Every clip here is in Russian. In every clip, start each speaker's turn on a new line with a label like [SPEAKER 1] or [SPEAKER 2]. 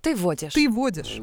[SPEAKER 1] Ты водишь.
[SPEAKER 2] Ты водишь.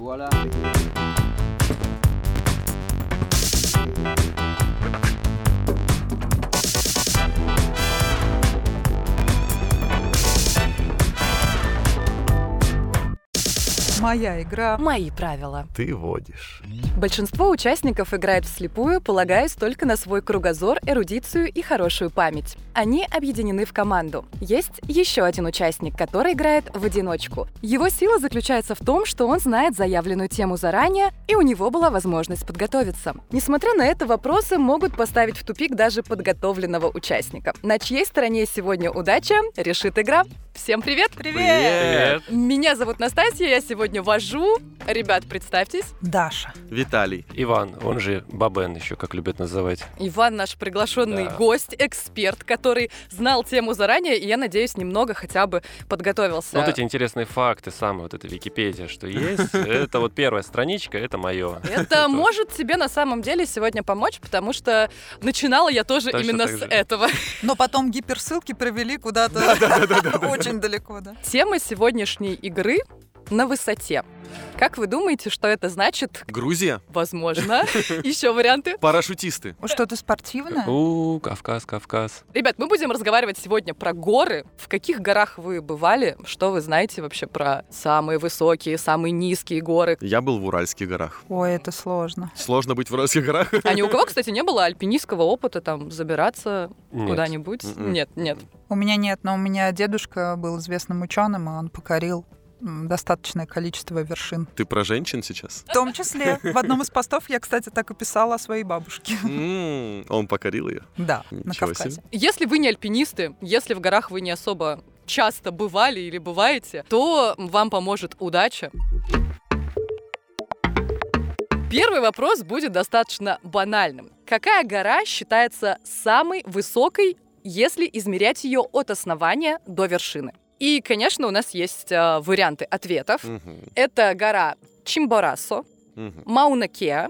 [SPEAKER 2] Моя игра.
[SPEAKER 1] Мои правила.
[SPEAKER 3] Ты водишь.
[SPEAKER 1] Большинство участников играет вслепую, полагаясь только на свой кругозор, эрудицию и хорошую память. Они объединены в команду. Есть еще один участник, который играет в одиночку. Его сила заключается в том, что он знает заявленную тему заранее, и у него была возможность подготовиться. Несмотря на это, вопросы могут поставить в тупик даже подготовленного участника. На чьей стороне сегодня удача, решит игра. Всем привет!
[SPEAKER 4] Привет!
[SPEAKER 1] Меня зовут Настасья, я сегодня вожу. Ребят, представьтесь.
[SPEAKER 2] Даша.
[SPEAKER 4] Виталий.
[SPEAKER 5] Э, Иван, он же Бабен еще, как любят называть.
[SPEAKER 1] Иван наш приглашенный
[SPEAKER 5] Да.
[SPEAKER 1] гость, эксперт, который знал тему заранее, и я надеюсь, немного хотя бы подготовился.
[SPEAKER 5] Вот эти интересные факты, самые вот эта Википедия, что есть. Это вот первая страничка, это мое.
[SPEAKER 1] Это может тебе на самом деле сегодня помочь, потому что начинала я тоже
[SPEAKER 5] Точно
[SPEAKER 1] именно
[SPEAKER 5] так
[SPEAKER 1] с
[SPEAKER 5] же.
[SPEAKER 1] этого.
[SPEAKER 2] Но потом гиперссылки провели куда-то очень далеко, да.
[SPEAKER 1] Тема сегодняшней игры на высоте. Как вы думаете, что это значит?
[SPEAKER 4] Грузия.
[SPEAKER 1] Возможно. Еще варианты.
[SPEAKER 4] Парашютисты.
[SPEAKER 2] Что-то спортивное?
[SPEAKER 5] У, Кавказ, Кавказ.
[SPEAKER 1] Ребят, мы будем разговаривать сегодня про горы. В каких горах вы бывали? Что вы знаете вообще про самые высокие, самые низкие горы?
[SPEAKER 4] Я был в Уральских горах.
[SPEAKER 2] Ой, это сложно.
[SPEAKER 4] Сложно быть в Уральских горах.
[SPEAKER 1] А ни у кого, кстати, не было альпинистского опыта там забираться
[SPEAKER 5] Нет.
[SPEAKER 1] куда-нибудь?
[SPEAKER 4] Мгм.
[SPEAKER 1] Нет, нет.
[SPEAKER 2] У меня нет, но у меня дедушка был известным ученым, и он покорил м, достаточное количество вершин.
[SPEAKER 4] Ты про женщин сейчас?
[SPEAKER 2] В том числе, в одном из постов я, кстати, так и писала о своей бабушке.
[SPEAKER 4] М, Он покорил ее.
[SPEAKER 2] Да, на
[SPEAKER 4] Ничего
[SPEAKER 2] Кавказе.
[SPEAKER 4] себе.
[SPEAKER 1] Если вы не альпинисты, если в горах вы не особо часто бывали или бываете, то вам поможет удача. Первый вопрос будет достаточно банальным. Какая гора считается самой высокой, если измерять ее от основания до вершины? И, конечно, у нас есть э, варианты ответов.
[SPEAKER 4] Мгм,
[SPEAKER 1] Это гора Чимборасо,
[SPEAKER 4] мгм.
[SPEAKER 1] Мауна-Кеа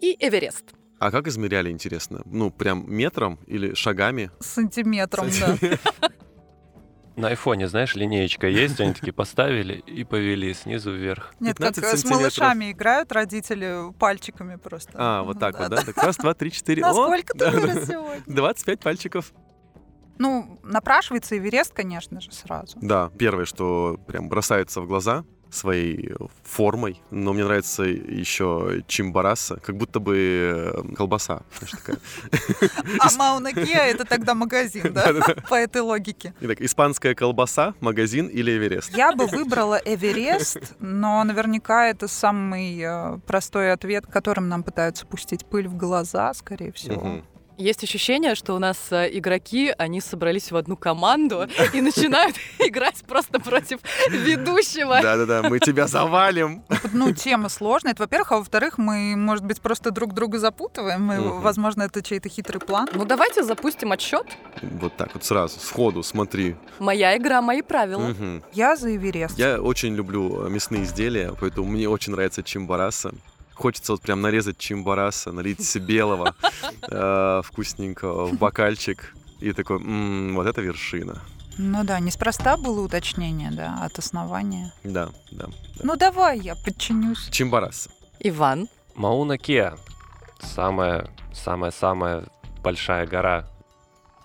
[SPEAKER 1] и Эверест.
[SPEAKER 4] А как измеряли, интересно? Ну, прям метром или шагами?
[SPEAKER 2] С Сантиметром, да.
[SPEAKER 5] На айфоне, знаешь, линеечка есть, они такие поставили и повели снизу вверх.
[SPEAKER 2] Нет, как
[SPEAKER 4] 15
[SPEAKER 2] э, с
[SPEAKER 4] сантиметров.
[SPEAKER 2] малышами играют родители пальчиками просто.
[SPEAKER 4] А, вот так вот,
[SPEAKER 2] Да-да.
[SPEAKER 4] да? Так раз, два, три, четыре. О,
[SPEAKER 2] Насколько ты
[SPEAKER 4] да, да.
[SPEAKER 2] вырос сегодня?
[SPEAKER 4] 25 пальчиков.
[SPEAKER 2] Ну, напрашивается Эверест, конечно же, сразу.
[SPEAKER 4] Да, первое, что прям бросается в глаза своей формой, но мне нравится еще чимбараса, как будто бы э, колбаса. знаешь, такая.
[SPEAKER 2] А Мауна Кеа это тогда магазин, да? По этой логике.
[SPEAKER 4] Итак, испанская колбаса, магазин или Эверест?
[SPEAKER 2] Я бы выбрала Эверест, но наверняка это самый э, простой ответ, которым нам пытаются пустить пыль в глаза, скорее всего.
[SPEAKER 4] Мгм.
[SPEAKER 1] Есть ощущение, что у нас э, игроки, они собрались в одну команду и начинают играть просто против ведущего.
[SPEAKER 4] Да-да-да, мы тебя завалим.
[SPEAKER 2] Ну, тема сложная, это во-первых, а во-вторых, мы, может быть, просто друг друга запутываем, и,
[SPEAKER 4] Мгм.
[SPEAKER 2] возможно, это чей-то хитрый план.
[SPEAKER 1] Ну давайте запустим отсчет.
[SPEAKER 4] Вот так вот сразу, сходу, смотри.
[SPEAKER 1] Моя игра, мои правила.
[SPEAKER 4] Мгм.
[SPEAKER 2] Я за Эверест.
[SPEAKER 4] Я очень люблю э, мясные изделия, поэтому мне очень нравится чимбараса. Хочется вот прям нарезать чимбараса, налить себе белого, э, вкусненького, в бокальчик. И такой, «М, вот это вершина.
[SPEAKER 2] Ну да, неспроста было уточнение, да, от основания.
[SPEAKER 4] Да, да.
[SPEAKER 2] Ну давай, я подчинюсь.
[SPEAKER 4] Чимбараса.
[SPEAKER 1] Иван,
[SPEAKER 5] Мауна Кеа. Самая, самая, самая большая гора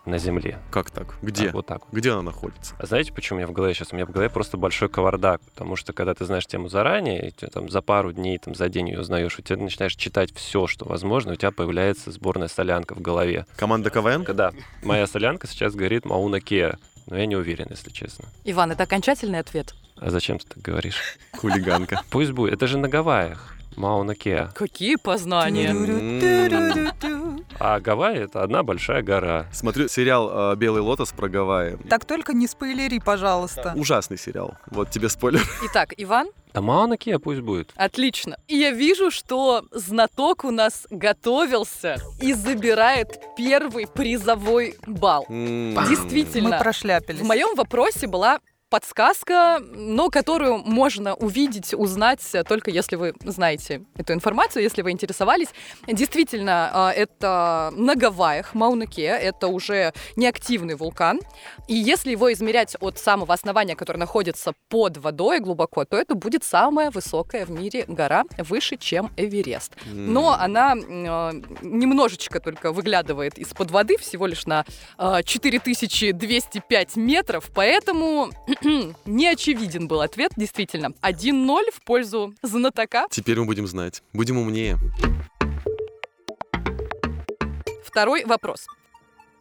[SPEAKER 5] на Земле.
[SPEAKER 4] Как так? Где?
[SPEAKER 5] Так, вот так вот.
[SPEAKER 4] Где она находится?
[SPEAKER 5] А знаете, почему у меня в голове сейчас? У меня в голове просто большой кавардак, потому что когда ты знаешь тему заранее, и ты там за пару дней, там за день ее узнаешь, у тебя начинаешь читать все, что возможно, у тебя появляется сборная солянка в голове.
[SPEAKER 4] Команда КВН?
[SPEAKER 5] Когда моя солянка сейчас говорит Мауна Кеа, но я не уверен, если честно.
[SPEAKER 1] Иван, это окончательный ответ.
[SPEAKER 5] А зачем ты так говоришь?
[SPEAKER 4] Хулиганка.
[SPEAKER 5] Пусть будет. Это же на Гавайях. Мауна Кеа.
[SPEAKER 1] Какие познания?
[SPEAKER 2] Тю-рю-рю-тю-рю-рю.
[SPEAKER 5] А Гавайи — это одна большая гора.
[SPEAKER 4] Смотрю сериал э, «Белый лотос» про Гавайи.
[SPEAKER 2] Так только не спойлери, пожалуйста.
[SPEAKER 4] Ужасный сериал. Вот тебе спойлер.
[SPEAKER 1] Итак, Иван,
[SPEAKER 5] Да Мауна Кеа пусть будет.
[SPEAKER 1] отлично. И я вижу, что знаток у нас готовился и забирает первый призовой балл.
[SPEAKER 4] М.
[SPEAKER 1] Действительно.
[SPEAKER 2] Мы прошляпились.
[SPEAKER 1] В моем вопросе была подсказка, но которую можно увидеть, узнать, э, только если вы знаете эту информацию, если вы интересовались. Действительно, э, это на Гавайях, Маунаке, это уже неактивный вулкан. И если его измерять от самого основания, которое находится под водой глубоко, то это будет самая высокая в мире гора, выше, чем Эверест. Но она э, немножечко только выглядывает из-под воды, всего лишь на э, 4205 метров, поэтому не очевиден был ответ, действительно. 1-0 в пользу знатока.
[SPEAKER 4] Теперь мы будем знать. Будем умнее.
[SPEAKER 1] Второй вопрос.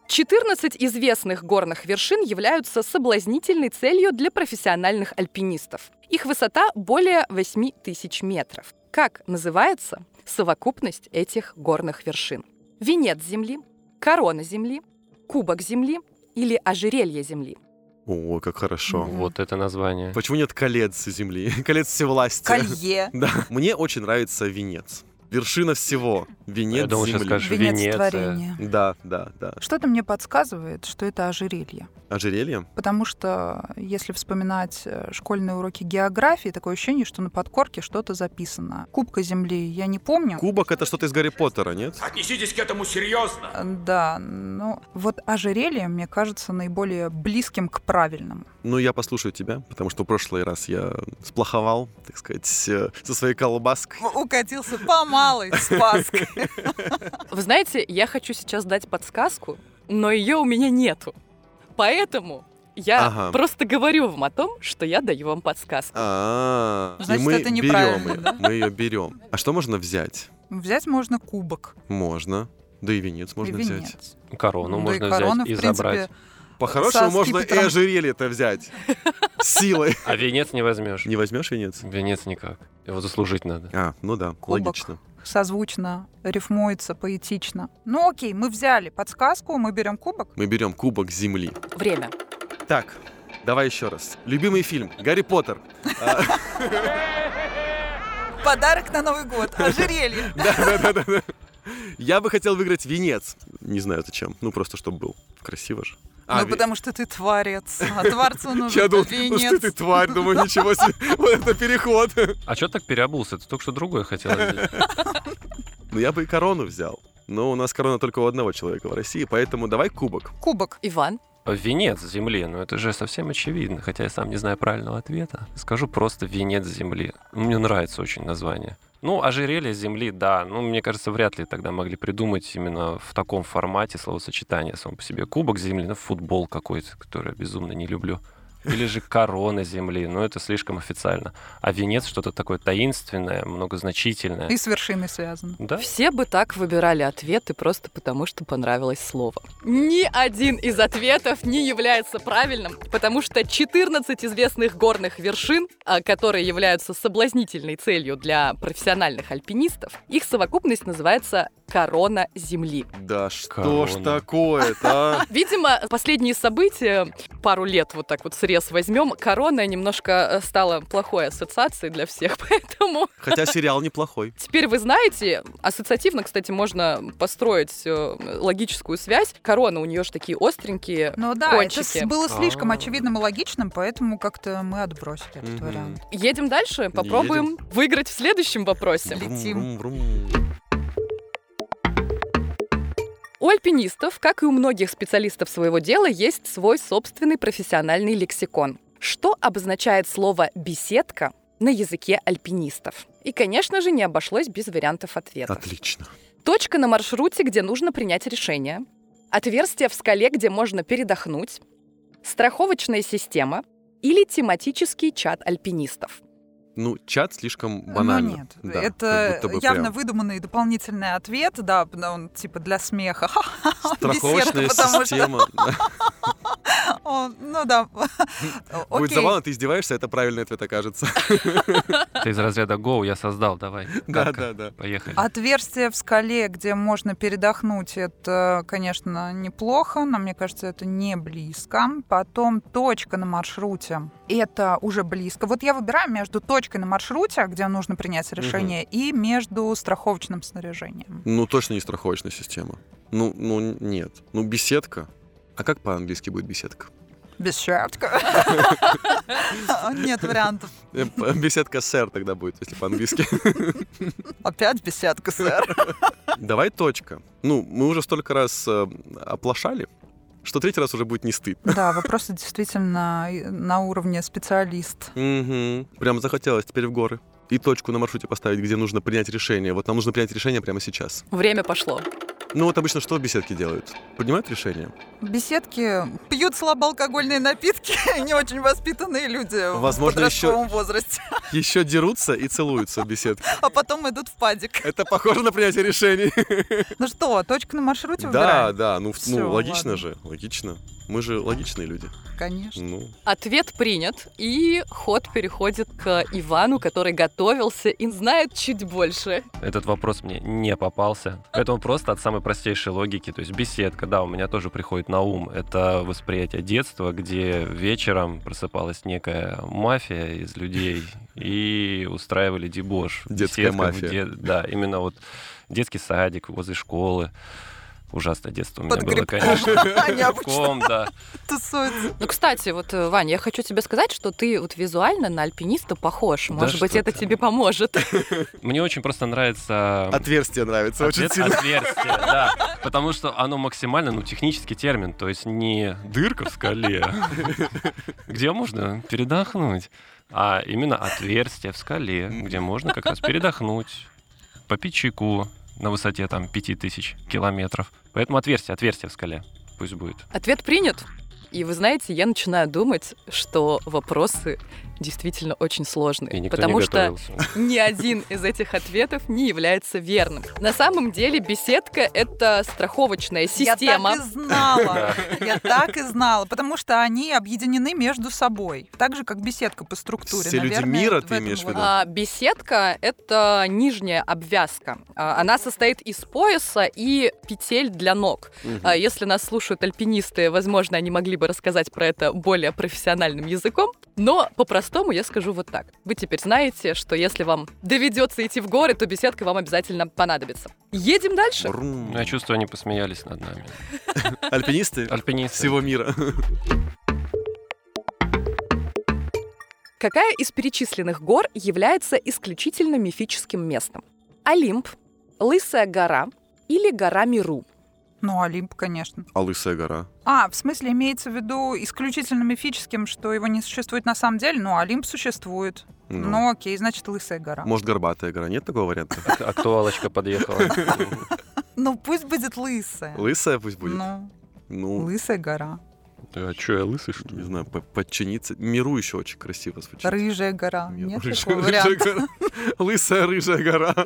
[SPEAKER 1] 14 известных горных вершин являются соблазнительной целью для профессиональных альпинистов. Их высота более 8000 метров. Как называется совокупность этих горных вершин? Венец Земли, корона Земли, кубок Земли или ожерелье Земли?
[SPEAKER 4] О, как хорошо.
[SPEAKER 2] Мгм.
[SPEAKER 5] Вот это название.
[SPEAKER 4] Почему нет колец земли? Колец всевластия.
[SPEAKER 2] Колье.
[SPEAKER 4] Да. Мне очень нравится венец. Вершина всего. Венец
[SPEAKER 5] Я думал, сейчас
[SPEAKER 4] земли.
[SPEAKER 5] скажешь
[SPEAKER 2] Венец
[SPEAKER 5] Венеция.
[SPEAKER 2] творения.
[SPEAKER 4] Да, да, да.
[SPEAKER 2] Что-то мне подсказывает, что это ожерелье.
[SPEAKER 4] Ожерелье?
[SPEAKER 2] Потому что, если вспоминать э, школьные уроки географии, такое ощущение, что на подкорке что-то записано. Кубка Земли я не помню.
[SPEAKER 4] Кубок это что-то из Гарри Поттера, нет?
[SPEAKER 3] Отнеситесь к этому серьезно.
[SPEAKER 2] Э, Да, ну вот ожерелье, мне кажется, наиболее близким к правильному.
[SPEAKER 4] Ну, я послушаю тебя, потому что в прошлый раз я сплоховал, так сказать, э, со своей колбаской.
[SPEAKER 2] Укатился по малой спаск.
[SPEAKER 1] Вы знаете, я хочу сейчас дать подсказку, но ее у меня нету. Поэтому я
[SPEAKER 4] Ага.
[SPEAKER 1] просто говорю вам о том, что я даю вам подсказку.
[SPEAKER 4] А, и
[SPEAKER 2] Значит,
[SPEAKER 4] мы
[SPEAKER 2] это
[SPEAKER 4] берем
[SPEAKER 2] неправильно,
[SPEAKER 4] ее. Мы ее берем. А что можно взять?
[SPEAKER 2] Взять можно кубок
[SPEAKER 4] Можно. Да и венец
[SPEAKER 2] и
[SPEAKER 4] можно взять.
[SPEAKER 2] венец.
[SPEAKER 5] Корону
[SPEAKER 2] Ну Да и
[SPEAKER 5] Ну, можно
[SPEAKER 2] корона,
[SPEAKER 5] взять и
[SPEAKER 2] в принципе,
[SPEAKER 5] забрать.
[SPEAKER 4] По-хорошему,
[SPEAKER 2] Со
[SPEAKER 4] можно и
[SPEAKER 2] скипетром.
[SPEAKER 4] ожерелье-то взять. Силой.
[SPEAKER 5] А венец не возьмешь.
[SPEAKER 4] Не возьмешь венец?
[SPEAKER 5] Венец никак. Его заслужить надо.
[SPEAKER 4] А, ну да,
[SPEAKER 2] Кубок.
[SPEAKER 4] логично.
[SPEAKER 2] созвучно, рифмуется, поэтично. Ну окей, мы взяли подсказку, мы берем кубок.
[SPEAKER 4] Мы берем кубок земли.
[SPEAKER 1] Время.
[SPEAKER 4] Так, давай еще раз. Любимый фильм «Гарри Поттер». А,
[SPEAKER 2] Подарок на Новый год, ожерелье.
[SPEAKER 4] Да-да-да. Я бы хотел выиграть венец. Не знаю зачем. Ну, просто чтобы был. Красиво же. А,
[SPEAKER 2] Ну
[SPEAKER 4] ве-
[SPEAKER 2] потому что ты творец, а творцу
[SPEAKER 4] Я
[SPEAKER 2] нужен
[SPEAKER 4] думал, ну что ты,
[SPEAKER 2] венец.
[SPEAKER 4] тварь, думаю, ничего себе, вот это переход.
[SPEAKER 5] А что так переобулся? Ты только что другое хотел. одеть.
[SPEAKER 4] Ну, я бы и корону взял. Но у нас корона только у одного человека в России, поэтому давай кубок.
[SPEAKER 2] Кубок.
[SPEAKER 1] Иван,
[SPEAKER 5] А Венец земли, ну это же совсем очевидно. Хотя я сам не знаю правильного ответа. Скажу просто венец земли. Мне нравится очень название. Ну, ожерелье земли, да. Ну, мне кажется, вряд ли тогда могли придумать именно в таком формате словосочетание само по себе. Кубок земли, ну, футбол какой-то, который я безумно не люблю. Или же корона земли, но это слишком официально. А венец что-то такое таинственное, многозначительное.
[SPEAKER 2] И с вершиной связано.
[SPEAKER 5] Да?
[SPEAKER 1] Все бы так выбирали ответы просто потому, что понравилось слово. Ни один из ответов не является правильным, потому что 14 известных горных вершин, а, которые являются соблазнительной целью для профессиональных альпинистов, их совокупность называется корона Земли.
[SPEAKER 4] Да что
[SPEAKER 5] Корона.
[SPEAKER 4] ж такое-то, а?
[SPEAKER 1] Видимо, последние события, пару лет вот так вот срез возьмем, корона немножко э, стала плохой ассоциацией для всех, поэтому
[SPEAKER 4] Хотя сериал неплохой.
[SPEAKER 1] Теперь вы знаете, ассоциативно, кстати, можно построить э, логическую связь. Корона у нее же такие остренькие.
[SPEAKER 2] Ну да,
[SPEAKER 1] Кончики.
[SPEAKER 2] это с- было слишком
[SPEAKER 5] А.
[SPEAKER 2] очевидным и логичным, поэтому как-то мы отбросили этот
[SPEAKER 4] Мгм.
[SPEAKER 2] вариант.
[SPEAKER 1] Едем дальше, попробуем выиграть в следующем вопросе.
[SPEAKER 2] Блин.
[SPEAKER 4] Врум,
[SPEAKER 2] Летим.
[SPEAKER 4] врум, врум.
[SPEAKER 1] У альпинистов, как и у многих специалистов своего дела, есть свой собственный профессиональный лексикон. Что обозначает слово «беседка» на языке альпинистов? И, конечно же, не обошлось без вариантов ответа.
[SPEAKER 4] Отлично.
[SPEAKER 1] Точка на маршруте, где нужно принять решение. Отверстие в скале, где можно передохнуть. Страховочная система или тематический чат альпинистов.
[SPEAKER 4] Ну, чат слишком банально.
[SPEAKER 2] Ну нет,
[SPEAKER 4] Да,
[SPEAKER 2] это
[SPEAKER 4] как будто бы
[SPEAKER 2] явно
[SPEAKER 4] прям.
[SPEAKER 2] выдуманный дополнительный ответ, да, но он типа для смеха. Ха-ха-ха,
[SPEAKER 4] Страховочная
[SPEAKER 2] беседка, потому что
[SPEAKER 4] система.
[SPEAKER 2] он- ну да,
[SPEAKER 4] Будет
[SPEAKER 2] окей.
[SPEAKER 4] забавно, ты издеваешься, это правильный ответ окажется.
[SPEAKER 5] Ты из разряда «Гоу» я создал, давай.
[SPEAKER 4] Да,
[SPEAKER 5] Как-
[SPEAKER 4] да, А да.
[SPEAKER 5] Поехали.
[SPEAKER 2] Отверстие в скале, где можно передохнуть, это, конечно, неплохо, но мне кажется, это не близко. Потом точка на маршруте, это уже близко. Вот я выбираю между точкой на маршруте, где нужно принять решение, и между страховочным снаряжением.
[SPEAKER 4] Ну, точно не страховочная система. Ну, ну, нет. Ну, беседка. А как по-английски будет беседка?
[SPEAKER 2] Беседка. Нет вариантов.
[SPEAKER 4] Э, п- Беседка сэр тогда будет, если по-английски.
[SPEAKER 2] Опять беседка, сэр.
[SPEAKER 4] Давай точка. Ну, мы уже столько раз э, оплошали, что третий раз уже будет не стыд.
[SPEAKER 2] Да, вопросы действительно и- на уровне специалист.
[SPEAKER 4] Мгм. Прям захотелось теперь в горы. И точку на маршруте поставить, где нужно принять решение. Вот нам нужно принять решение прямо сейчас.
[SPEAKER 1] Время пошло.
[SPEAKER 4] Ну вот обычно что беседки делают? Принимают решение?
[SPEAKER 2] Беседки пьют слабоалкогольные напитки, не очень воспитанные люди
[SPEAKER 4] Возможно,
[SPEAKER 2] в подростковом возрасте,
[SPEAKER 4] Еще дерутся и целуются в беседке.
[SPEAKER 2] а потом идут в падик.
[SPEAKER 4] Это похоже на принятие решений.
[SPEAKER 2] Ну что, точка на маршруте
[SPEAKER 4] Да,
[SPEAKER 2] выбираем?
[SPEAKER 4] да, ну, в-
[SPEAKER 2] Всё,
[SPEAKER 4] ну логично
[SPEAKER 2] ладно.
[SPEAKER 4] же, логично. Мы же логичные люди.
[SPEAKER 2] Конечно.
[SPEAKER 4] Ну,
[SPEAKER 1] Ответ принят, и ход переходит к Ивану, который готовился и знает чуть больше.
[SPEAKER 5] Этот вопрос мне не попался. Поэтому просто от самой простейшей логики, то есть беседка, да, у меня тоже приходит на ум. Это восприятие детства, где вечером просыпалась некая мафия из людей и устраивали дебош.
[SPEAKER 4] Детская
[SPEAKER 5] Беседка в
[SPEAKER 4] мафия.
[SPEAKER 5] де- Да, именно вот детский садик возле школы. Ужасное детство у меня
[SPEAKER 2] Под
[SPEAKER 5] было,
[SPEAKER 2] грибком.
[SPEAKER 5] конечно.
[SPEAKER 2] Они обычно
[SPEAKER 5] Грибком, да.
[SPEAKER 2] тусуются.
[SPEAKER 1] Ну, кстати, вот, э, Вань, я хочу тебе сказать, что ты вот визуально на альпиниста похож.
[SPEAKER 5] Да
[SPEAKER 1] Может быть,
[SPEAKER 5] что
[SPEAKER 1] это
[SPEAKER 5] ты.
[SPEAKER 1] тебе поможет.
[SPEAKER 5] Мне очень просто нравится...
[SPEAKER 4] отверстие нравится очень
[SPEAKER 5] Ответ-
[SPEAKER 4] сильно.
[SPEAKER 5] Отверстие, да. Потому что оно максимально, ну, технический термин, то есть не дырка в скале, где можно передохнуть, а именно отверстие в скале, где можно как раз передохнуть, попить чайку на высоте там 5000 километров. Поэтому отверстие, отверстие в скале. Пусть будет.
[SPEAKER 1] Ответ принят. И вы знаете, я начинаю думать, что вопросы действительно очень сложные.
[SPEAKER 5] И никто
[SPEAKER 1] потому
[SPEAKER 5] не
[SPEAKER 1] что
[SPEAKER 5] готовился.
[SPEAKER 1] ни один из этих ответов не является верным. На самом деле беседка — это страховочная система.
[SPEAKER 2] Я так и знала. Я так и знала, потому что они объединены между собой. Так же, как беседка по структуре.
[SPEAKER 4] Все люди
[SPEAKER 2] Наверное,
[SPEAKER 4] мира,
[SPEAKER 2] в
[SPEAKER 4] ты
[SPEAKER 2] этом
[SPEAKER 4] имеешь в виду?
[SPEAKER 2] вот-
[SPEAKER 1] А, беседка — это нижняя обвязка. А, Она состоит из пояса и петель для ног. А, Если нас слушают альпинисты, возможно, они могли бы рассказать про это более профессиональным языком. Но по-простому я скажу вот так. Вы теперь знаете, что если вам доведется идти в горы, то беседка вам обязательно понадобится. Едем дальше.
[SPEAKER 4] Брум.
[SPEAKER 5] Ну, Я чувствую, они посмеялись над нами.
[SPEAKER 4] Ну, а Альпинисты
[SPEAKER 5] Альпинисты.
[SPEAKER 4] всего мира.
[SPEAKER 1] Какая из перечисленных гор является исключительно мифическим местом? Олимп, Лысая гора или гора Миру?
[SPEAKER 2] Ну, Олимп, конечно.
[SPEAKER 4] А лысая гора?
[SPEAKER 2] А, в смысле, имеется в виду исключительно мифическим, что его не существует на самом деле? Ну, Олимп существует.
[SPEAKER 4] Ну.
[SPEAKER 2] Ну, окей, значит, Лысая гора.
[SPEAKER 4] Может, горбатая гора? Нет такого варианта?
[SPEAKER 5] А Актуалочка подъехала.
[SPEAKER 2] Ну, пусть будет Лысая.
[SPEAKER 4] Лысая пусть будет.
[SPEAKER 2] Ну,
[SPEAKER 4] Ну,
[SPEAKER 2] Лысая гора.
[SPEAKER 5] А что, я лысый, что
[SPEAKER 4] не знаю, по- подчиниться. Миру еще очень красиво звучит.
[SPEAKER 2] Рыжая гора.
[SPEAKER 4] Мир.
[SPEAKER 2] Нет
[SPEAKER 4] Рыжая-
[SPEAKER 2] такого
[SPEAKER 4] рыжая
[SPEAKER 2] варианта.
[SPEAKER 4] гора. Лысая рыжая гора.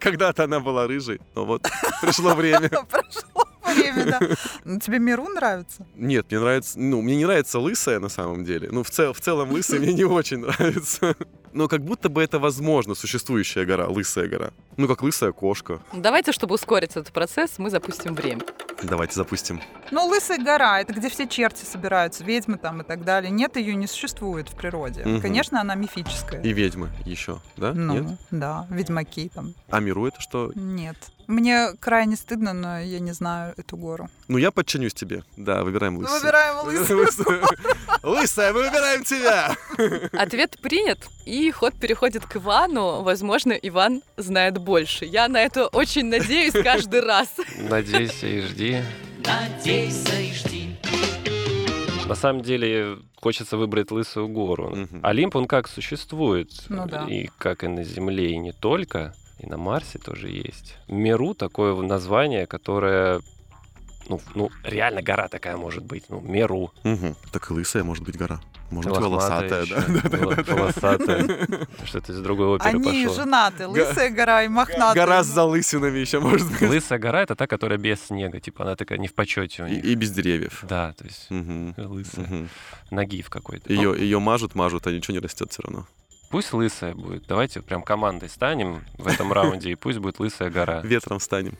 [SPEAKER 4] Когда-то она была рыжей, но вот пришло время.
[SPEAKER 2] Прошло время, да. Ну, Тебе Миру нравится?
[SPEAKER 4] Нет, мне нравится... Ну, мне не нравится лысая на самом деле. Ну, в, цел, в целом лысая мне не очень нравится. Но как будто бы это возможно, существующая гора, лысая гора. Ну, как лысая кошка.
[SPEAKER 1] Давайте, чтобы ускорить этот процесс, мы запустим время.
[SPEAKER 4] Давайте запустим.
[SPEAKER 2] Ну, Лысая гора — это где все черти собираются, ведьмы там и так далее. Нет, ее не существует в природе.
[SPEAKER 4] Мгм.
[SPEAKER 2] Конечно, она мифическая.
[SPEAKER 4] И ведьмы еще, да?
[SPEAKER 2] Ну,
[SPEAKER 4] Нет?
[SPEAKER 2] да, ведьмаки там.
[SPEAKER 4] А миру это что?
[SPEAKER 2] Нет. Мне крайне стыдно, но я не знаю эту гору. Ну,
[SPEAKER 4] Ну, я подчинюсь тебе. Да, выбираем лысую.
[SPEAKER 2] Выбираем Лысую.
[SPEAKER 4] Лысая, мы выбираем тебя!
[SPEAKER 1] Ответ принят, и ход переходит к Ивану. Возможно, Иван знает больше. Я на это очень надеюсь каждый раз.
[SPEAKER 5] Надейся и жди. Надейся и жди. На самом деле хочется выбрать лысую гору.
[SPEAKER 4] Мгм.
[SPEAKER 5] Олимп, он как существует.
[SPEAKER 2] Ну да.
[SPEAKER 5] И как и на Земле, и не только. И на Марсе тоже есть. Меру такое название, которое... Ну, ну, реально гора такая может быть. Ну, Меру.
[SPEAKER 4] Мгм. Так и лысая может быть гора. Может быть, волосатая,
[SPEAKER 5] Лохматая ещё.
[SPEAKER 4] да?
[SPEAKER 5] Вол- Волосатая. Что-то из другой оперы
[SPEAKER 2] Они
[SPEAKER 5] пошло.
[SPEAKER 2] женаты. Лысая гора и мохнатая.
[SPEAKER 4] Гора с залысинами еще может быть.
[SPEAKER 5] Лысая гора — это та, которая без снега. Типа она такая не в почете у них.
[SPEAKER 4] И, и без деревьев.
[SPEAKER 5] Да, то есть
[SPEAKER 4] Мгм.
[SPEAKER 5] лысая.
[SPEAKER 4] Мгм.
[SPEAKER 5] Нагиев какой-то. Ну,
[SPEAKER 4] Ее, ее мажут, мажут, а ничего не растет все равно.
[SPEAKER 5] Пусть
[SPEAKER 4] А.
[SPEAKER 5] лысая будет. Давайте прям командой станем в этом раунде, и пусть будет лысая гора.
[SPEAKER 4] Ветром станем.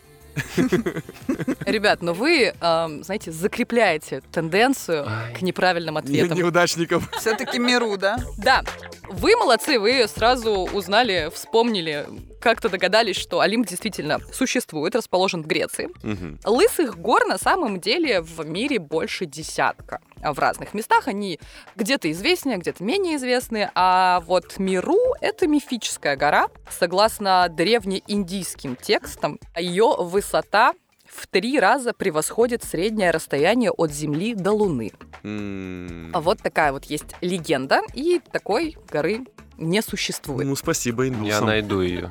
[SPEAKER 1] Ребят, но вы, эм, знаете, закрепляете тенденцию
[SPEAKER 5] Ай.
[SPEAKER 1] к неправильным
[SPEAKER 4] Ну, Не-
[SPEAKER 1] ответам.
[SPEAKER 4] неудачников.
[SPEAKER 2] Все-таки Миру, да?
[SPEAKER 1] Да, вы молодцы, вы сразу узнали, вспомнили, как-то догадались, что Олимп действительно существует, расположен в Греции.
[SPEAKER 4] Мгм.
[SPEAKER 1] Лысых гор на самом деле в мире больше десятка. А В разных местах они где-то известные, где-то менее известные. А вот Миру — это мифическая гора. Согласно древнеиндийским текстам, ее высота в три раза превосходит среднее расстояние от Земли до Луны.
[SPEAKER 4] М.
[SPEAKER 1] А Вот такая вот есть легенда, и такой горы не существует.
[SPEAKER 4] Ну, спасибо
[SPEAKER 5] Я
[SPEAKER 4] индусам.
[SPEAKER 5] найду ее.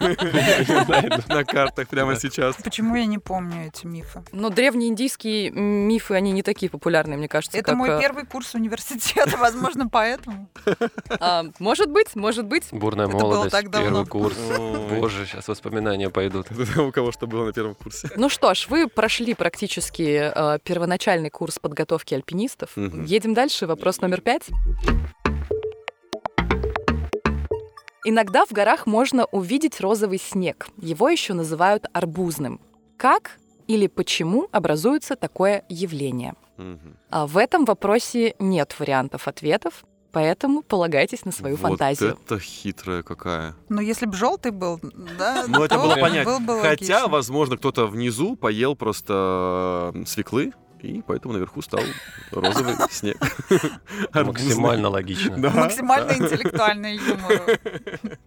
[SPEAKER 4] На картах прямо сейчас.
[SPEAKER 2] Почему я не помню эти мифы?
[SPEAKER 1] Но древнеиндийские мифы, они не такие популярные, мне кажется,
[SPEAKER 2] Это
[SPEAKER 1] как,
[SPEAKER 2] мой
[SPEAKER 1] э,
[SPEAKER 4] а
[SPEAKER 2] первый курс университета, возможно, поэтому.
[SPEAKER 1] а, может быть, может быть.
[SPEAKER 5] Бурная
[SPEAKER 2] Это было
[SPEAKER 5] молодость,
[SPEAKER 2] так давно.
[SPEAKER 5] первый курс.
[SPEAKER 4] Ой.
[SPEAKER 5] Боже, сейчас воспоминания пойдут.
[SPEAKER 4] У кого что было на первом курсе.
[SPEAKER 1] Ну что ж, вы прошли практически э, первоначальный курс подготовки альпинистов.
[SPEAKER 4] Мгм.
[SPEAKER 1] Едем дальше. Вопрос номер пять. Иногда в горах можно увидеть розовый снег. Его еще называют арбузным. Как или почему образуется такое явление?
[SPEAKER 4] Мгм.
[SPEAKER 1] А в этом вопросе нет вариантов ответов, поэтому полагайтесь на свою
[SPEAKER 4] Вот
[SPEAKER 1] фантазию.
[SPEAKER 4] это хитрая какая.
[SPEAKER 2] Но Ну, если бы желтый был, да,
[SPEAKER 4] Ну, это
[SPEAKER 2] то
[SPEAKER 4] было понятно.
[SPEAKER 2] был бы
[SPEAKER 4] Хотя,
[SPEAKER 2] логично.
[SPEAKER 4] возможно, кто-то внизу поел просто э, свеклы, и поэтому наверху стал розовый снег. Арбузный.
[SPEAKER 5] Максимально логично.
[SPEAKER 4] Да.
[SPEAKER 2] Максимально интеллектуальный юмор.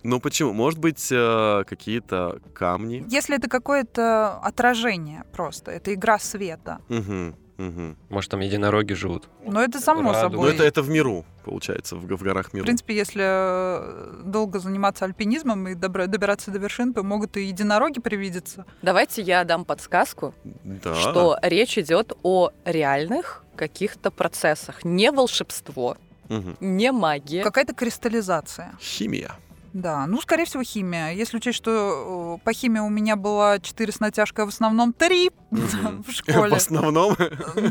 [SPEAKER 4] Ну почему? Может быть, э, какие-то камни?
[SPEAKER 2] Если это какое-то отражение просто, это игра света.
[SPEAKER 4] Мгм, мгм.
[SPEAKER 5] Может, там единороги живут.
[SPEAKER 2] Но это само
[SPEAKER 5] Радуга.
[SPEAKER 4] Ну
[SPEAKER 2] собой.
[SPEAKER 4] это, это в миру, получается, в, г- в горах
[SPEAKER 2] В
[SPEAKER 4] миру.
[SPEAKER 2] принципе, если э, долго заниматься альпинизмом и добра- добираться до вершин, то могут и единороги привидеться.
[SPEAKER 1] Давайте я дам подсказку.
[SPEAKER 4] Да.
[SPEAKER 1] что речь идет о реальных каких-то процессах. Не волшебство,
[SPEAKER 4] Мгм.
[SPEAKER 1] не магия.
[SPEAKER 2] Какая-то кристаллизация.
[SPEAKER 4] Химия.
[SPEAKER 2] Да, ну, скорее всего, химия. Если учесть, что э, по химии у меня было 4 с натяжкой, а в основном 3
[SPEAKER 4] Мгм.
[SPEAKER 2] в
[SPEAKER 4] В
[SPEAKER 2] школе.
[SPEAKER 4] основном.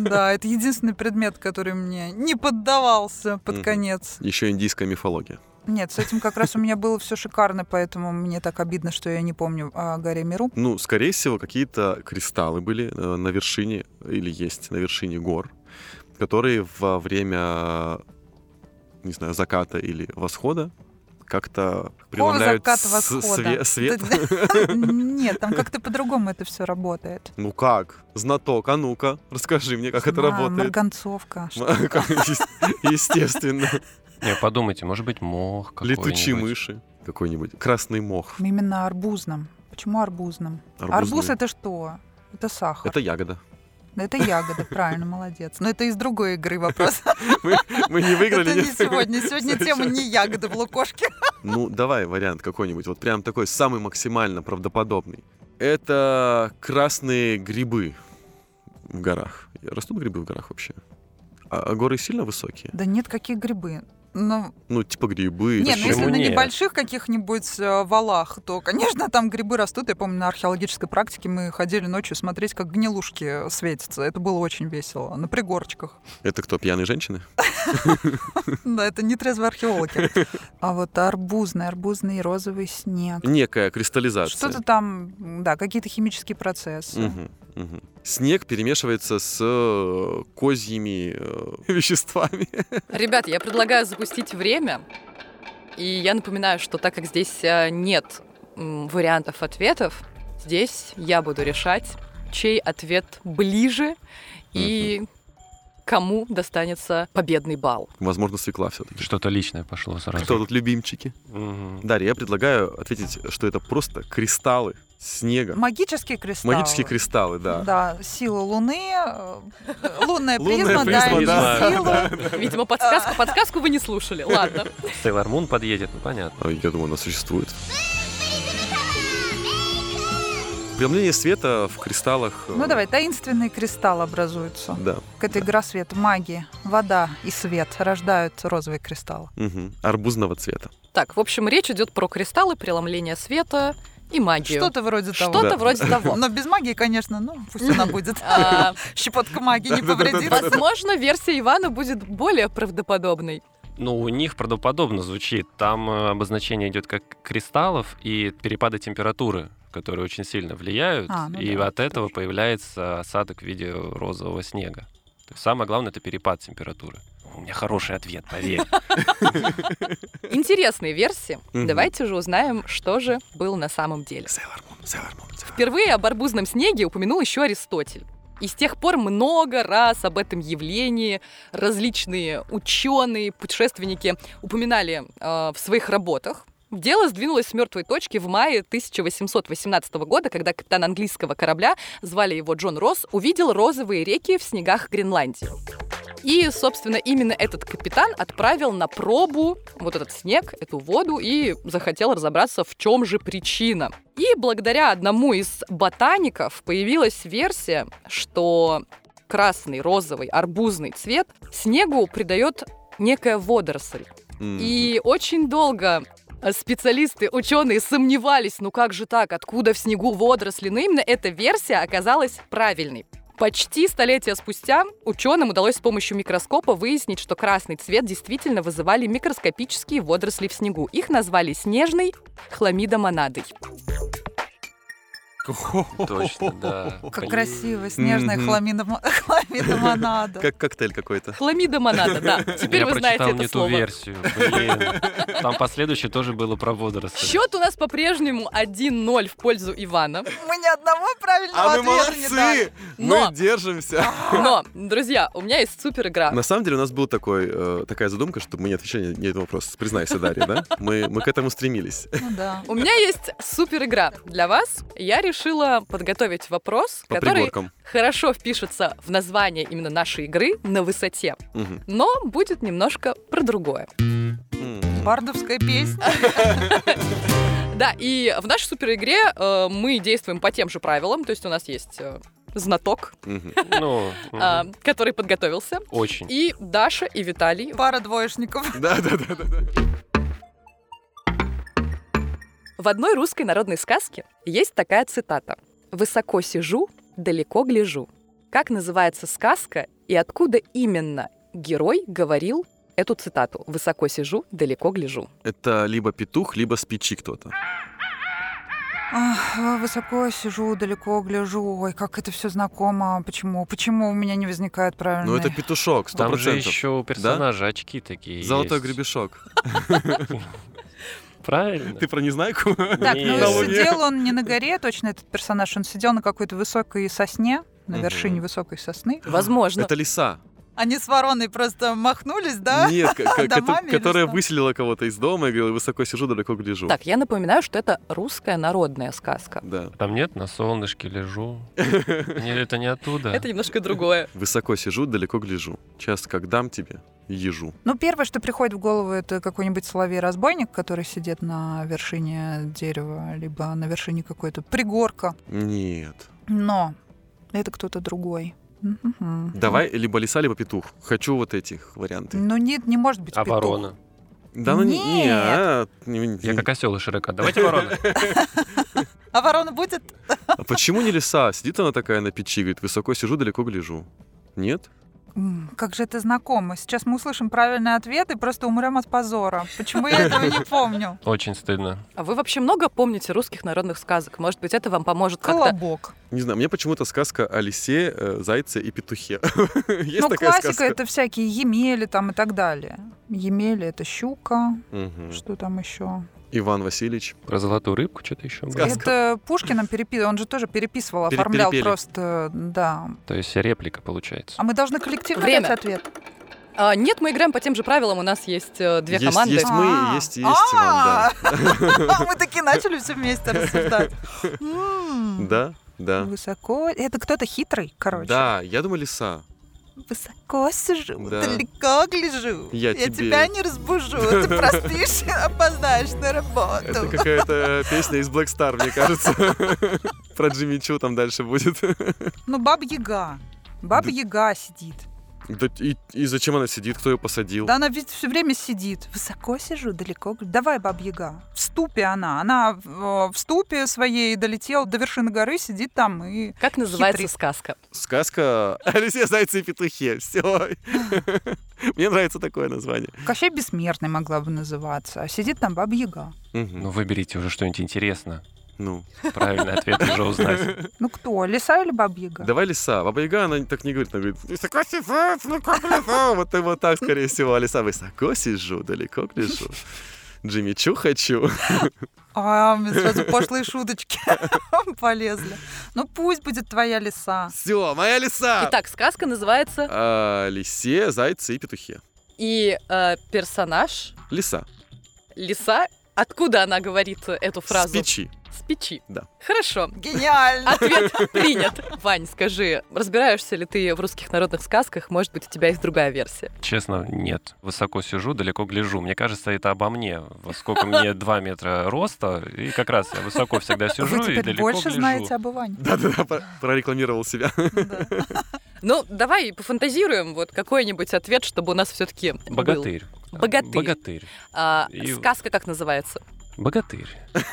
[SPEAKER 2] Да, это единственный предмет, который мне не поддавался под
[SPEAKER 4] Мгм.
[SPEAKER 2] конец.
[SPEAKER 4] Еще индийская мифология.
[SPEAKER 2] Нет, с этим как раз у меня было все шикарно, поэтому мне так обидно, что я не помню о горе Миру.
[SPEAKER 4] Ну, скорее всего, какие-то кристаллы были э, на вершине, или есть на вершине гор, которые во время, не знаю, заката или восхода как-то преломляют
[SPEAKER 2] закат,
[SPEAKER 4] с-
[SPEAKER 2] восхода?
[SPEAKER 4] све- свет.
[SPEAKER 2] Нет, там как-то по-другому это все работает.
[SPEAKER 4] Ну как? Знаток, а ну-ка, расскажи мне, как это
[SPEAKER 2] Знаю,
[SPEAKER 4] работает.
[SPEAKER 2] Марганцовка. Что-
[SPEAKER 4] Как, ес- Естественно.
[SPEAKER 5] Не, подумайте, может быть, мох какой-нибудь.
[SPEAKER 4] Летучие мыши. Какой-нибудь. Красный мох.
[SPEAKER 2] Именно арбузным. Почему арбузным? Арбуз
[SPEAKER 4] арбузные.
[SPEAKER 2] это что? Это сахар.
[SPEAKER 4] Это ягода.
[SPEAKER 2] Это ягода, правильно, молодец. Но это из другой игры вопрос.
[SPEAKER 4] Мы, мы не выиграли.
[SPEAKER 2] Это не
[SPEAKER 4] нет?
[SPEAKER 2] сегодня. Сегодня тема не ягоды в лукошке.
[SPEAKER 4] Ну, давай вариант какой-нибудь. Вот прям такой самый максимально правдоподобный. Это красные грибы в горах. Растут грибы в горах вообще? А горы сильно высокие?
[SPEAKER 2] Да нет, какие грибы. Ну,
[SPEAKER 4] Ну, типа грибы.
[SPEAKER 2] нет, ну
[SPEAKER 4] такие.
[SPEAKER 2] если на
[SPEAKER 5] нет?
[SPEAKER 2] небольших каких-нибудь э, валах, то, конечно, там грибы растут. Я помню, на археологической практике мы ходили ночью смотреть, как гнилушки э, светятся. Это было очень весело. На пригорочках.
[SPEAKER 4] Это кто, пьяные женщины?
[SPEAKER 2] Да, это не трезвые археологи. А вот арбузный, арбузный и розовый снег.
[SPEAKER 4] Некая кристаллизация.
[SPEAKER 2] Что-то там, да, какие-то химические процессы.
[SPEAKER 4] Мгм, мгм. Снег перемешивается с э, козьими э, веществами.
[SPEAKER 1] Ребят, я предлагаю запустить время. И я напоминаю, что так как здесь э, нет м, вариантов ответов, здесь я буду решать, чей ответ ближе и кому достанется победный балл.
[SPEAKER 4] Возможно, свекла все-таки.
[SPEAKER 5] Что-то личное пошло сразу.
[SPEAKER 4] Кто тут любимчики?
[SPEAKER 5] Мгм.
[SPEAKER 4] Дарья, я предлагаю ответить, что это просто кристаллы снега.
[SPEAKER 2] Магические кристаллы.
[SPEAKER 4] Магические кристаллы, да.
[SPEAKER 2] Да, сила Луны, э, лунная
[SPEAKER 4] Лунная
[SPEAKER 2] призма, да,
[SPEAKER 4] призма,
[SPEAKER 2] и
[SPEAKER 5] да.
[SPEAKER 2] сила.
[SPEAKER 1] Видимо, подсказку, подсказку вы не слушали. Ладно.
[SPEAKER 5] Сейлор Мун подъедет, ну понятно.
[SPEAKER 4] А Я думаю, она существует. Преломление света в кристаллах. э,
[SPEAKER 2] Ну давай, таинственный кристалл образуется.
[SPEAKER 4] Да.
[SPEAKER 2] Это игра свет, магия, вода и свет рождают розовые кристаллы.
[SPEAKER 4] Мгм. Арбузного цвета.
[SPEAKER 1] Так, в общем, речь идет про кристаллы, преломление света и магию.
[SPEAKER 2] Что-то вроде того.
[SPEAKER 1] Что-то
[SPEAKER 4] Да.
[SPEAKER 1] вроде того.
[SPEAKER 2] Но без магии, конечно, ну пусть она будет.
[SPEAKER 1] А,
[SPEAKER 2] Щепотка магии не повредит.
[SPEAKER 1] Возможно, версия Ивана будет более правдоподобной.
[SPEAKER 5] Ну, у них правдоподобно звучит. Там э, обозначение идет как кристаллов и перепады температуры. которые очень сильно влияют,
[SPEAKER 2] А, ну
[SPEAKER 5] и
[SPEAKER 2] да,
[SPEAKER 5] от этого появляется осадок в виде розового снега. То есть самое главное — это перепад температуры. У меня хороший ответ, поверь.
[SPEAKER 1] Интересные версии.
[SPEAKER 4] Мгм.
[SPEAKER 1] Давайте же узнаем, что же было на самом деле.
[SPEAKER 4] Sailor Moon, Sailor Moon, Sailor Moon.
[SPEAKER 1] Впервые об арбузном снеге упомянул еще Аристотель. И с тех пор много раз об этом явлении различные ученые, путешественники упоминали э, в своих работах. Дело сдвинулось с мертвой точки в мае 1818 года, когда капитан английского корабля, звали его Джон Росс, увидел розовые реки в снегах Гренландии. И, собственно, именно этот капитан отправил на пробу вот этот снег, эту воду и захотел разобраться, в чем же причина. И благодаря одному из ботаников появилась версия, что красный, розовый, арбузный цвет снегу придает некая водоросль.
[SPEAKER 4] М.
[SPEAKER 1] И очень долго специалисты, ученые сомневались, ну как же так, откуда в снегу водоросли, но именно эта версия оказалась правильной. Почти столетия спустя ученым удалось с помощью микроскопа выяснить, что красный цвет действительно вызывали микроскопические водоросли в снегу. Их назвали снежной хламидомонадой.
[SPEAKER 5] Точно, да.
[SPEAKER 2] Как
[SPEAKER 5] Блин.
[SPEAKER 2] красиво, снежная
[SPEAKER 4] Мгм.
[SPEAKER 2] хламидомо- хламидомонада.
[SPEAKER 4] Как коктейль какой-то.
[SPEAKER 1] Хламидомонада, да. Теперь
[SPEAKER 5] Я
[SPEAKER 1] вы знаете
[SPEAKER 5] прочитал
[SPEAKER 1] это
[SPEAKER 5] не
[SPEAKER 1] слово.
[SPEAKER 5] ту версию. блин. Там последующее тоже было про водоросли.
[SPEAKER 1] Счет у нас по-прежнему 1-0 в пользу Ивана.
[SPEAKER 2] Мы ни одного правильного
[SPEAKER 4] А мы
[SPEAKER 2] ответа Ну, не дали.
[SPEAKER 4] молодцы!
[SPEAKER 1] Но-
[SPEAKER 4] Мы держимся.
[SPEAKER 1] Но, друзья, у меня есть супер
[SPEAKER 5] Ну.
[SPEAKER 1] игра.
[SPEAKER 4] На самом деле у нас была такая задумка, чтобы мы не отвечали ни на этот вопрос. Признайся, Дарья, да? Мы, мы к этому стремились.
[SPEAKER 2] Ну да.
[SPEAKER 1] У меня есть супер игра для вас. Я решила подготовить вопрос,
[SPEAKER 4] По
[SPEAKER 1] который
[SPEAKER 4] пригоркам.
[SPEAKER 1] хорошо впишется в название именно нашей игры на высоте,
[SPEAKER 4] Мгм.
[SPEAKER 1] но будет немножко про другое.
[SPEAKER 4] М.
[SPEAKER 2] Бардовская песня.
[SPEAKER 1] Да, и в нашей супер игре мы действуем по тем же правилам, то есть у нас есть э, знаток,
[SPEAKER 4] Мгм.
[SPEAKER 5] Ну, мгм,
[SPEAKER 1] э, который подготовился.
[SPEAKER 5] очень.
[SPEAKER 1] И Даша и Виталий.
[SPEAKER 2] Пара двоечников.
[SPEAKER 4] Да, да, да, да, да.
[SPEAKER 1] В одной русской народной сказке есть такая цитата. «Высоко сижу, далеко гляжу». Как называется сказка и откуда именно герой говорил эту цитату «Высоко сижу, далеко гляжу».
[SPEAKER 4] Это либо петух, либо спичи кто-то.
[SPEAKER 2] Ах, а, Высоко сижу, далеко гляжу. Ой, как это все знакомо. Почему? Почему у меня не возникает
[SPEAKER 4] Ну,
[SPEAKER 2] правильной?
[SPEAKER 4] это петушок, сто
[SPEAKER 5] Там же
[SPEAKER 4] процентов.
[SPEAKER 5] еще у персонажа очки такие
[SPEAKER 4] Золотой
[SPEAKER 5] есть.
[SPEAKER 4] гребешок.
[SPEAKER 5] Правильно.
[SPEAKER 4] Ты про незнайку?
[SPEAKER 2] Так, ну
[SPEAKER 5] Нет.
[SPEAKER 2] сидел он не на горе, точно этот персонаж. Он сидел на какой-то высокой сосне, на
[SPEAKER 4] Мгм.
[SPEAKER 2] вершине высокой сосны.
[SPEAKER 1] Возможно.
[SPEAKER 4] А, Это лиса.
[SPEAKER 2] Они с вороной просто махнулись, да?
[SPEAKER 4] Нет, ко- ко-
[SPEAKER 2] Домами
[SPEAKER 4] кото-
[SPEAKER 2] или
[SPEAKER 4] которая
[SPEAKER 2] что?
[SPEAKER 4] выселила кого-то из дома и говорила, высоко сижу, далеко гляжу.
[SPEAKER 1] Так, я напоминаю, что это русская народная сказка.
[SPEAKER 4] Да.
[SPEAKER 5] А Там нет, на солнышке лежу. Нет, это не оттуда.
[SPEAKER 1] Это немножко другое.
[SPEAKER 4] Высоко сижу, далеко гляжу. Часто как дам тебе, ежу.
[SPEAKER 2] Ну, первое, что приходит в голову, это какой-нибудь соловей-разбойник, который сидит на вершине дерева, либо на вершине какой-то пригорка.
[SPEAKER 4] Нет.
[SPEAKER 2] Но это кто-то другой. Мгм.
[SPEAKER 4] Давай либо лиса, либо петух. Хочу вот этих варианты.
[SPEAKER 2] Ну, нет, не может быть
[SPEAKER 5] А
[SPEAKER 2] петух.
[SPEAKER 5] ворона?
[SPEAKER 4] Да ну не- не,
[SPEAKER 2] Нет.
[SPEAKER 4] а, не- не-
[SPEAKER 5] Я как осел и широка. Давайте ворона.
[SPEAKER 2] А ворона будет?
[SPEAKER 4] А почему не лиса? Сидит она такая на печи, говорит, высоко сижу, далеко гляжу. Нет?
[SPEAKER 2] М, Как же это знакомо. Сейчас мы услышим правильный ответ и просто умрем от позора. Почему я этого не помню?
[SPEAKER 5] Очень стыдно.
[SPEAKER 1] А вы вообще много помните русских народных сказок? Может быть, это вам поможет как-то...
[SPEAKER 2] Колобок.
[SPEAKER 4] Не знаю, мне почему-то сказка о лисе, э, зайце и петухе. Есть
[SPEAKER 2] Ну,
[SPEAKER 4] такая
[SPEAKER 2] классика
[SPEAKER 4] сказка?
[SPEAKER 2] это всякие емели там и так далее. Емели это щука.
[SPEAKER 4] Мгм.
[SPEAKER 2] Что там еще?
[SPEAKER 4] Иван Васильевич.
[SPEAKER 5] Про золотую рыбку что-то еще было.
[SPEAKER 4] Сказка.
[SPEAKER 2] Это Пушкиным переписывал. Он же тоже переписывал,
[SPEAKER 4] Пере-
[SPEAKER 2] оформлял
[SPEAKER 4] перепели.
[SPEAKER 2] просто, да.
[SPEAKER 5] То есть реплика получается.
[SPEAKER 2] А мы должны коллективно
[SPEAKER 1] Время.
[SPEAKER 2] дать ответ.
[SPEAKER 1] А, нет, мы играем по тем же правилам. У нас есть э, две
[SPEAKER 4] Есть-
[SPEAKER 1] команды.
[SPEAKER 4] Есть мы,
[SPEAKER 2] А.
[SPEAKER 4] есть есть Иван,
[SPEAKER 2] А Мы такие начали все вместе рассуждать. М.
[SPEAKER 4] да. Да, да.
[SPEAKER 2] Высоко. Это кто-то хитрый, короче.
[SPEAKER 4] Да, я думаю, лиса.
[SPEAKER 2] Высоко сижу,
[SPEAKER 4] Да.
[SPEAKER 2] далеко гляжу.
[SPEAKER 4] Я тебе-
[SPEAKER 2] тебя не разбужу. Ты проспишь, опоздаешь на
[SPEAKER 4] Это
[SPEAKER 2] работу.
[SPEAKER 4] какая-то песня из Black Star, мне кажется. Про Джимми Чу там дальше будет.
[SPEAKER 2] Ну, баба Яга. Баба
[SPEAKER 4] Да.
[SPEAKER 2] Яга сидит.
[SPEAKER 4] Да и, и зачем она сидит, кто ее посадил?
[SPEAKER 2] Да она ведь все время сидит. Высоко сижу, далеко. гляжу. Давай, баба Яга. В ступе она. Она э, в ступе своей долетела до вершины горы, сидит там и...
[SPEAKER 1] Как называется
[SPEAKER 2] Хитрый.
[SPEAKER 1] сказка?
[SPEAKER 4] Сказка о лисе, зайце и петухе. Все. Мне нравится такое название.
[SPEAKER 2] Кощей Бессмертной могла бы называться. А сидит там баба Яга.
[SPEAKER 4] Мгм.
[SPEAKER 5] Ну выберите уже что-нибудь интересное.
[SPEAKER 4] Ну,
[SPEAKER 5] Правильный ответ уже узнать.
[SPEAKER 2] Ну кто, лиса или бабьяга?
[SPEAKER 4] давай лиса. Баба Яга, она так не говорит, она говорит, высоко сижу, далеко гляжу». Вот, и вот так, скорее всего, а лиса высоко сижу, далеко гляжу. Джимми Чу хочу.
[SPEAKER 2] А, у меня сразу пошлые шуточки полезли. Ну пусть будет твоя лиса.
[SPEAKER 4] Все, моя лиса!
[SPEAKER 1] Итак, сказка называется
[SPEAKER 4] А, лисе, зайцы и петухе.
[SPEAKER 1] «И э, персонаж
[SPEAKER 4] Лиса.
[SPEAKER 1] лиса». Откуда она говорит эту фразу?
[SPEAKER 4] С печи.
[SPEAKER 1] С печи.
[SPEAKER 4] Да.
[SPEAKER 1] Хорошо.
[SPEAKER 2] Гениально!
[SPEAKER 1] Ответ принят. Вань, скажи, разбираешься ли ты в русских народных сказках? Может быть, у тебя есть другая версия?
[SPEAKER 5] Честно, нет. Высоко сижу, далеко гляжу. Мне кажется, это обо мне. Во сколько мне 2 метра роста, и как раз я высоко всегда сижу
[SPEAKER 2] Вы
[SPEAKER 5] и
[SPEAKER 2] теперь
[SPEAKER 5] далеко
[SPEAKER 2] больше
[SPEAKER 5] гляжу.
[SPEAKER 2] знаете об Иване.
[SPEAKER 4] Да-да-да, про- прорекламировал себя.
[SPEAKER 1] Ну, давай пофантазируем вот какой-нибудь ответ, чтобы у нас все-таки
[SPEAKER 5] Богатырь.
[SPEAKER 1] Богатырь.
[SPEAKER 5] Богатырь. И-
[SPEAKER 1] Сказка как называется?
[SPEAKER 5] Богатырь.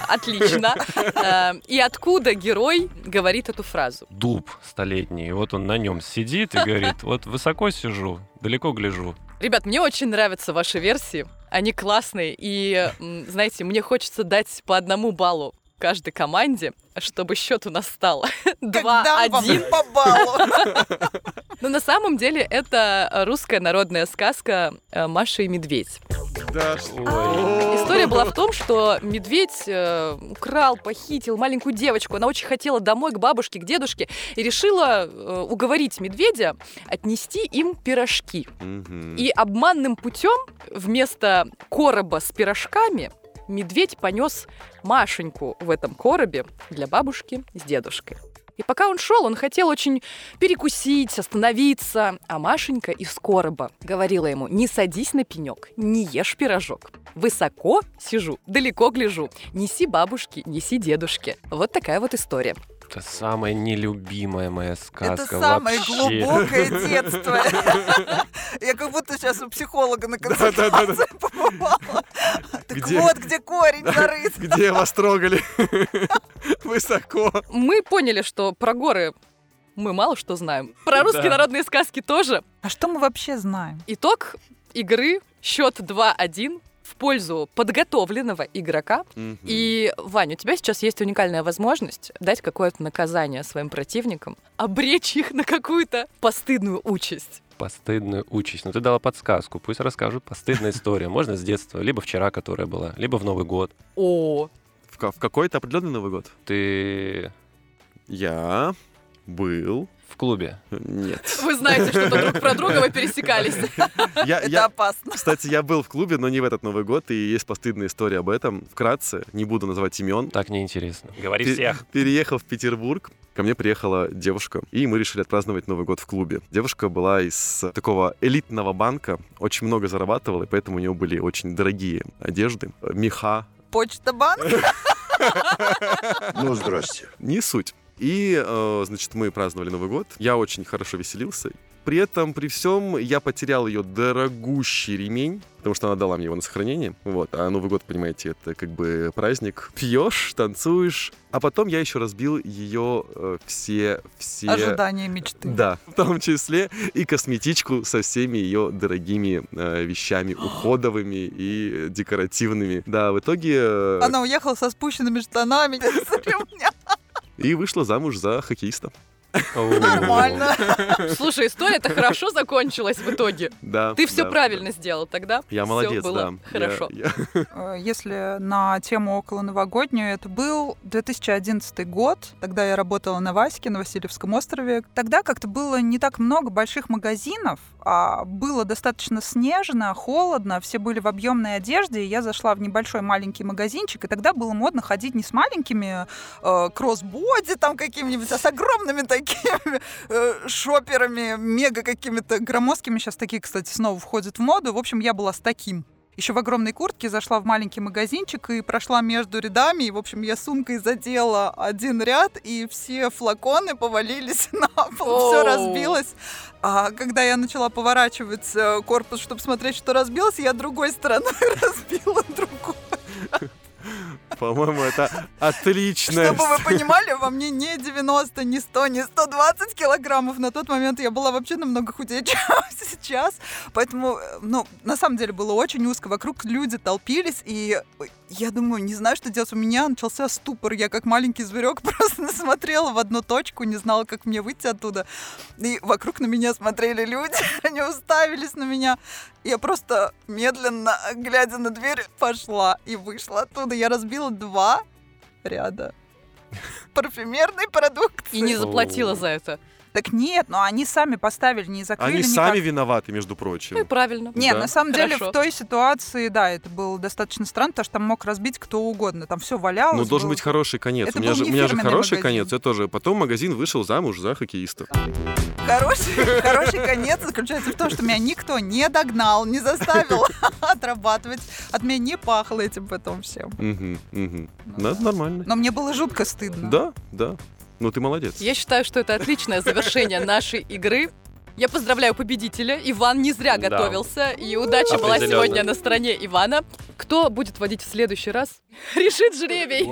[SPEAKER 1] Отлично. А, И откуда герой говорит эту фразу?
[SPEAKER 5] Дуб столетний. И вот он на нем сидит и говорит, вот высоко сижу, далеко гляжу.
[SPEAKER 1] Ребят, мне очень нравятся ваши версии. Они классные. И, м, знаете, мне хочется дать по одному баллу каждой команде, чтобы счет у нас стал 2-1.
[SPEAKER 2] по баллу.
[SPEAKER 1] Но на самом деле это э, русская народная сказка э, «Маша и медведь».
[SPEAKER 4] Да,
[SPEAKER 1] История была в том, что медведь э, украл, похитил маленькую девочку. Она очень хотела домой к бабушке, к дедушке и решила э, уговорить медведя отнести им пирожки. И обманным путем вместо короба с пирожками медведь понес Машеньку в этом коробе для бабушки с дедушкой. И пока он шел, он хотел очень перекусить, остановиться. А Машенька из короба говорила ему, не садись на пенек, не ешь пирожок. Высоко сижу, далеко гляжу. Неси бабушке, неси дедушке. Вот такая вот история.
[SPEAKER 5] Это самая нелюбимая моя сказка
[SPEAKER 2] Это самое
[SPEAKER 5] вообще.
[SPEAKER 2] глубокое детство. Я как будто сейчас у психолога на
[SPEAKER 4] Да-да-да-да.
[SPEAKER 2] консультации побывала. Так
[SPEAKER 4] Где?
[SPEAKER 2] вот, где корень зарыт.
[SPEAKER 4] Где вас трогали? Высоко.
[SPEAKER 1] Мы поняли, что про горы мы мало что знаем. Про русские
[SPEAKER 5] Да.
[SPEAKER 1] народные сказки тоже.
[SPEAKER 2] А что мы вообще знаем?
[SPEAKER 1] Итог игры счет 2-1 в пользу подготовленного игрока. И, Вань, у тебя сейчас есть уникальная возможность дать какое-то наказание своим противникам, обречь их на какую-то постыдную участь.
[SPEAKER 5] Постыдную участь. Ну, ты дала подсказку. Пусть расскажут постыдная история. Можно с детства, либо вчера, которая была, либо в Новый год.
[SPEAKER 1] О,
[SPEAKER 4] В ка- в какой-то определенный Новый год
[SPEAKER 5] Ты
[SPEAKER 4] я был...
[SPEAKER 5] в клубе.
[SPEAKER 4] Нет.
[SPEAKER 1] вы знаете, что-то друг про друга вы пересекались.
[SPEAKER 4] Я,
[SPEAKER 2] Это
[SPEAKER 4] я-
[SPEAKER 2] опасно.
[SPEAKER 4] кстати, я был в клубе, но не в этот Новый год, и есть постыдная история об этом. Вкратце, не буду называть имен.
[SPEAKER 5] Так неинтересно. Говори
[SPEAKER 4] Пе- Переехал в Петербург, ко мне приехала девушка, и мы решили отпраздновать Новый год в клубе. Девушка была из такого элитного банка, очень много зарабатывала, и поэтому у нее были очень дорогие одежды, э, меха,
[SPEAKER 2] Почта банк?
[SPEAKER 6] Ну, здрасте.
[SPEAKER 4] не суть. И, э, значит, мы праздновали Новый год. Я очень хорошо веселился. При этом, при всем, я потерял ее дорогущий ремень, потому что она дала мне его на сохранение. Вот. А Новый год, понимаете, это как бы праздник. Пьешь, танцуешь. А потом я еще разбил ее э, все, все...
[SPEAKER 2] Ожидание мечты.
[SPEAKER 4] Да, в том числе и косметичку со всеми ее дорогими э, вещами уходовыми и декоративными. Да, в итоге... э,
[SPEAKER 2] Она уехала со спущенными штанами. с ремня.
[SPEAKER 4] И вышла замуж за хоккеиста.
[SPEAKER 2] Нормально.
[SPEAKER 1] Слушай, история-то хорошо закончилась в итоге.
[SPEAKER 4] Да.
[SPEAKER 1] Ты все
[SPEAKER 4] да.
[SPEAKER 1] правильно сделал тогда.
[SPEAKER 4] Я
[SPEAKER 1] всё
[SPEAKER 4] молодец,
[SPEAKER 1] было
[SPEAKER 4] да.
[SPEAKER 1] Хорошо.
[SPEAKER 4] Я- я-
[SPEAKER 2] Э, Если на тему около новогоднюю, это был 2011 год. Тогда я работала на Ваське, на Васильевском острове. Тогда как-то было не так много больших магазинов, а было достаточно снежно, холодно, все были в объемной одежде. и Я зашла в небольшой маленький магазинчик, и тогда было модно ходить не с маленькими э, кроссбоди там какими-нибудь, а с огромными такими э, шоперами, мега какими-то громоздкими. Сейчас такие, кстати, снова входят в моду. В общем, я была с таким еще в огромной куртке зашла в маленький магазинчик и прошла между рядами. И, в общем, я сумкой задела один ряд, и все флаконы повалились на пол, все
[SPEAKER 1] Оу.
[SPEAKER 2] разбилось. А когда я начала поворачивать э, корпус, чтобы смотреть, что разбилось, я другой стороной разбила другую.
[SPEAKER 4] По-моему, это отличная...
[SPEAKER 2] Чтобы вы понимали, во мне не 90, не 100, не 120 килограммов. На тот момент я была вообще намного худее, чем сейчас. Поэтому, э, ну, на самом деле было очень узко. Вокруг люди толпились, и Я думаю, не знаю, что делать. У меня начался ступор. Я как маленький зверек просто смотрела в одну точку, не знала, как мне выйти оттуда. И вокруг на меня смотрели люди, они уставились на меня. Я просто медленно, глядя на дверь, пошла и вышла оттуда. Я разбила два ряда парфюмерной продукции.
[SPEAKER 1] И не заплатила за это.
[SPEAKER 2] Так нет, но они сами поставили, не закрыли.
[SPEAKER 4] Они
[SPEAKER 2] никак.
[SPEAKER 4] сами виноваты, между
[SPEAKER 1] Ну и
[SPEAKER 4] прочим.
[SPEAKER 1] правильно.
[SPEAKER 2] Нет,
[SPEAKER 4] Да.
[SPEAKER 2] на самом деле
[SPEAKER 1] Хорошо.
[SPEAKER 2] в той ситуации, да, это было достаточно странно, потому что там мог разбить кто угодно. Там все валялось.
[SPEAKER 4] Ну, должен
[SPEAKER 2] было.
[SPEAKER 4] быть хороший конец.
[SPEAKER 2] Это
[SPEAKER 4] у меня
[SPEAKER 2] был
[SPEAKER 4] же,
[SPEAKER 2] не
[SPEAKER 4] у меня же
[SPEAKER 2] фирменный
[SPEAKER 4] хороший
[SPEAKER 2] магазин.
[SPEAKER 4] конец. Я тоже. Потом магазин вышел замуж за хоккеистов.
[SPEAKER 2] Хороший, хороший конец заключается в том, что меня никто не догнал, не заставил отрабатывать. От меня не пахло этим потом всем.
[SPEAKER 4] Угу, угу.
[SPEAKER 2] Ну
[SPEAKER 4] Да,
[SPEAKER 2] да.
[SPEAKER 4] нормально.
[SPEAKER 2] Но мне было жутко стыдно.
[SPEAKER 4] Да, да. Ну ты молодец.
[SPEAKER 1] Я считаю, что это отличное завершение нашей игры. Я поздравляю победителя. Иван не зря
[SPEAKER 5] Да.
[SPEAKER 1] готовился. И удача была
[SPEAKER 5] Определенно.
[SPEAKER 1] сегодня на стороне Ивана. Кто будет водить в следующий раз, решит жребий.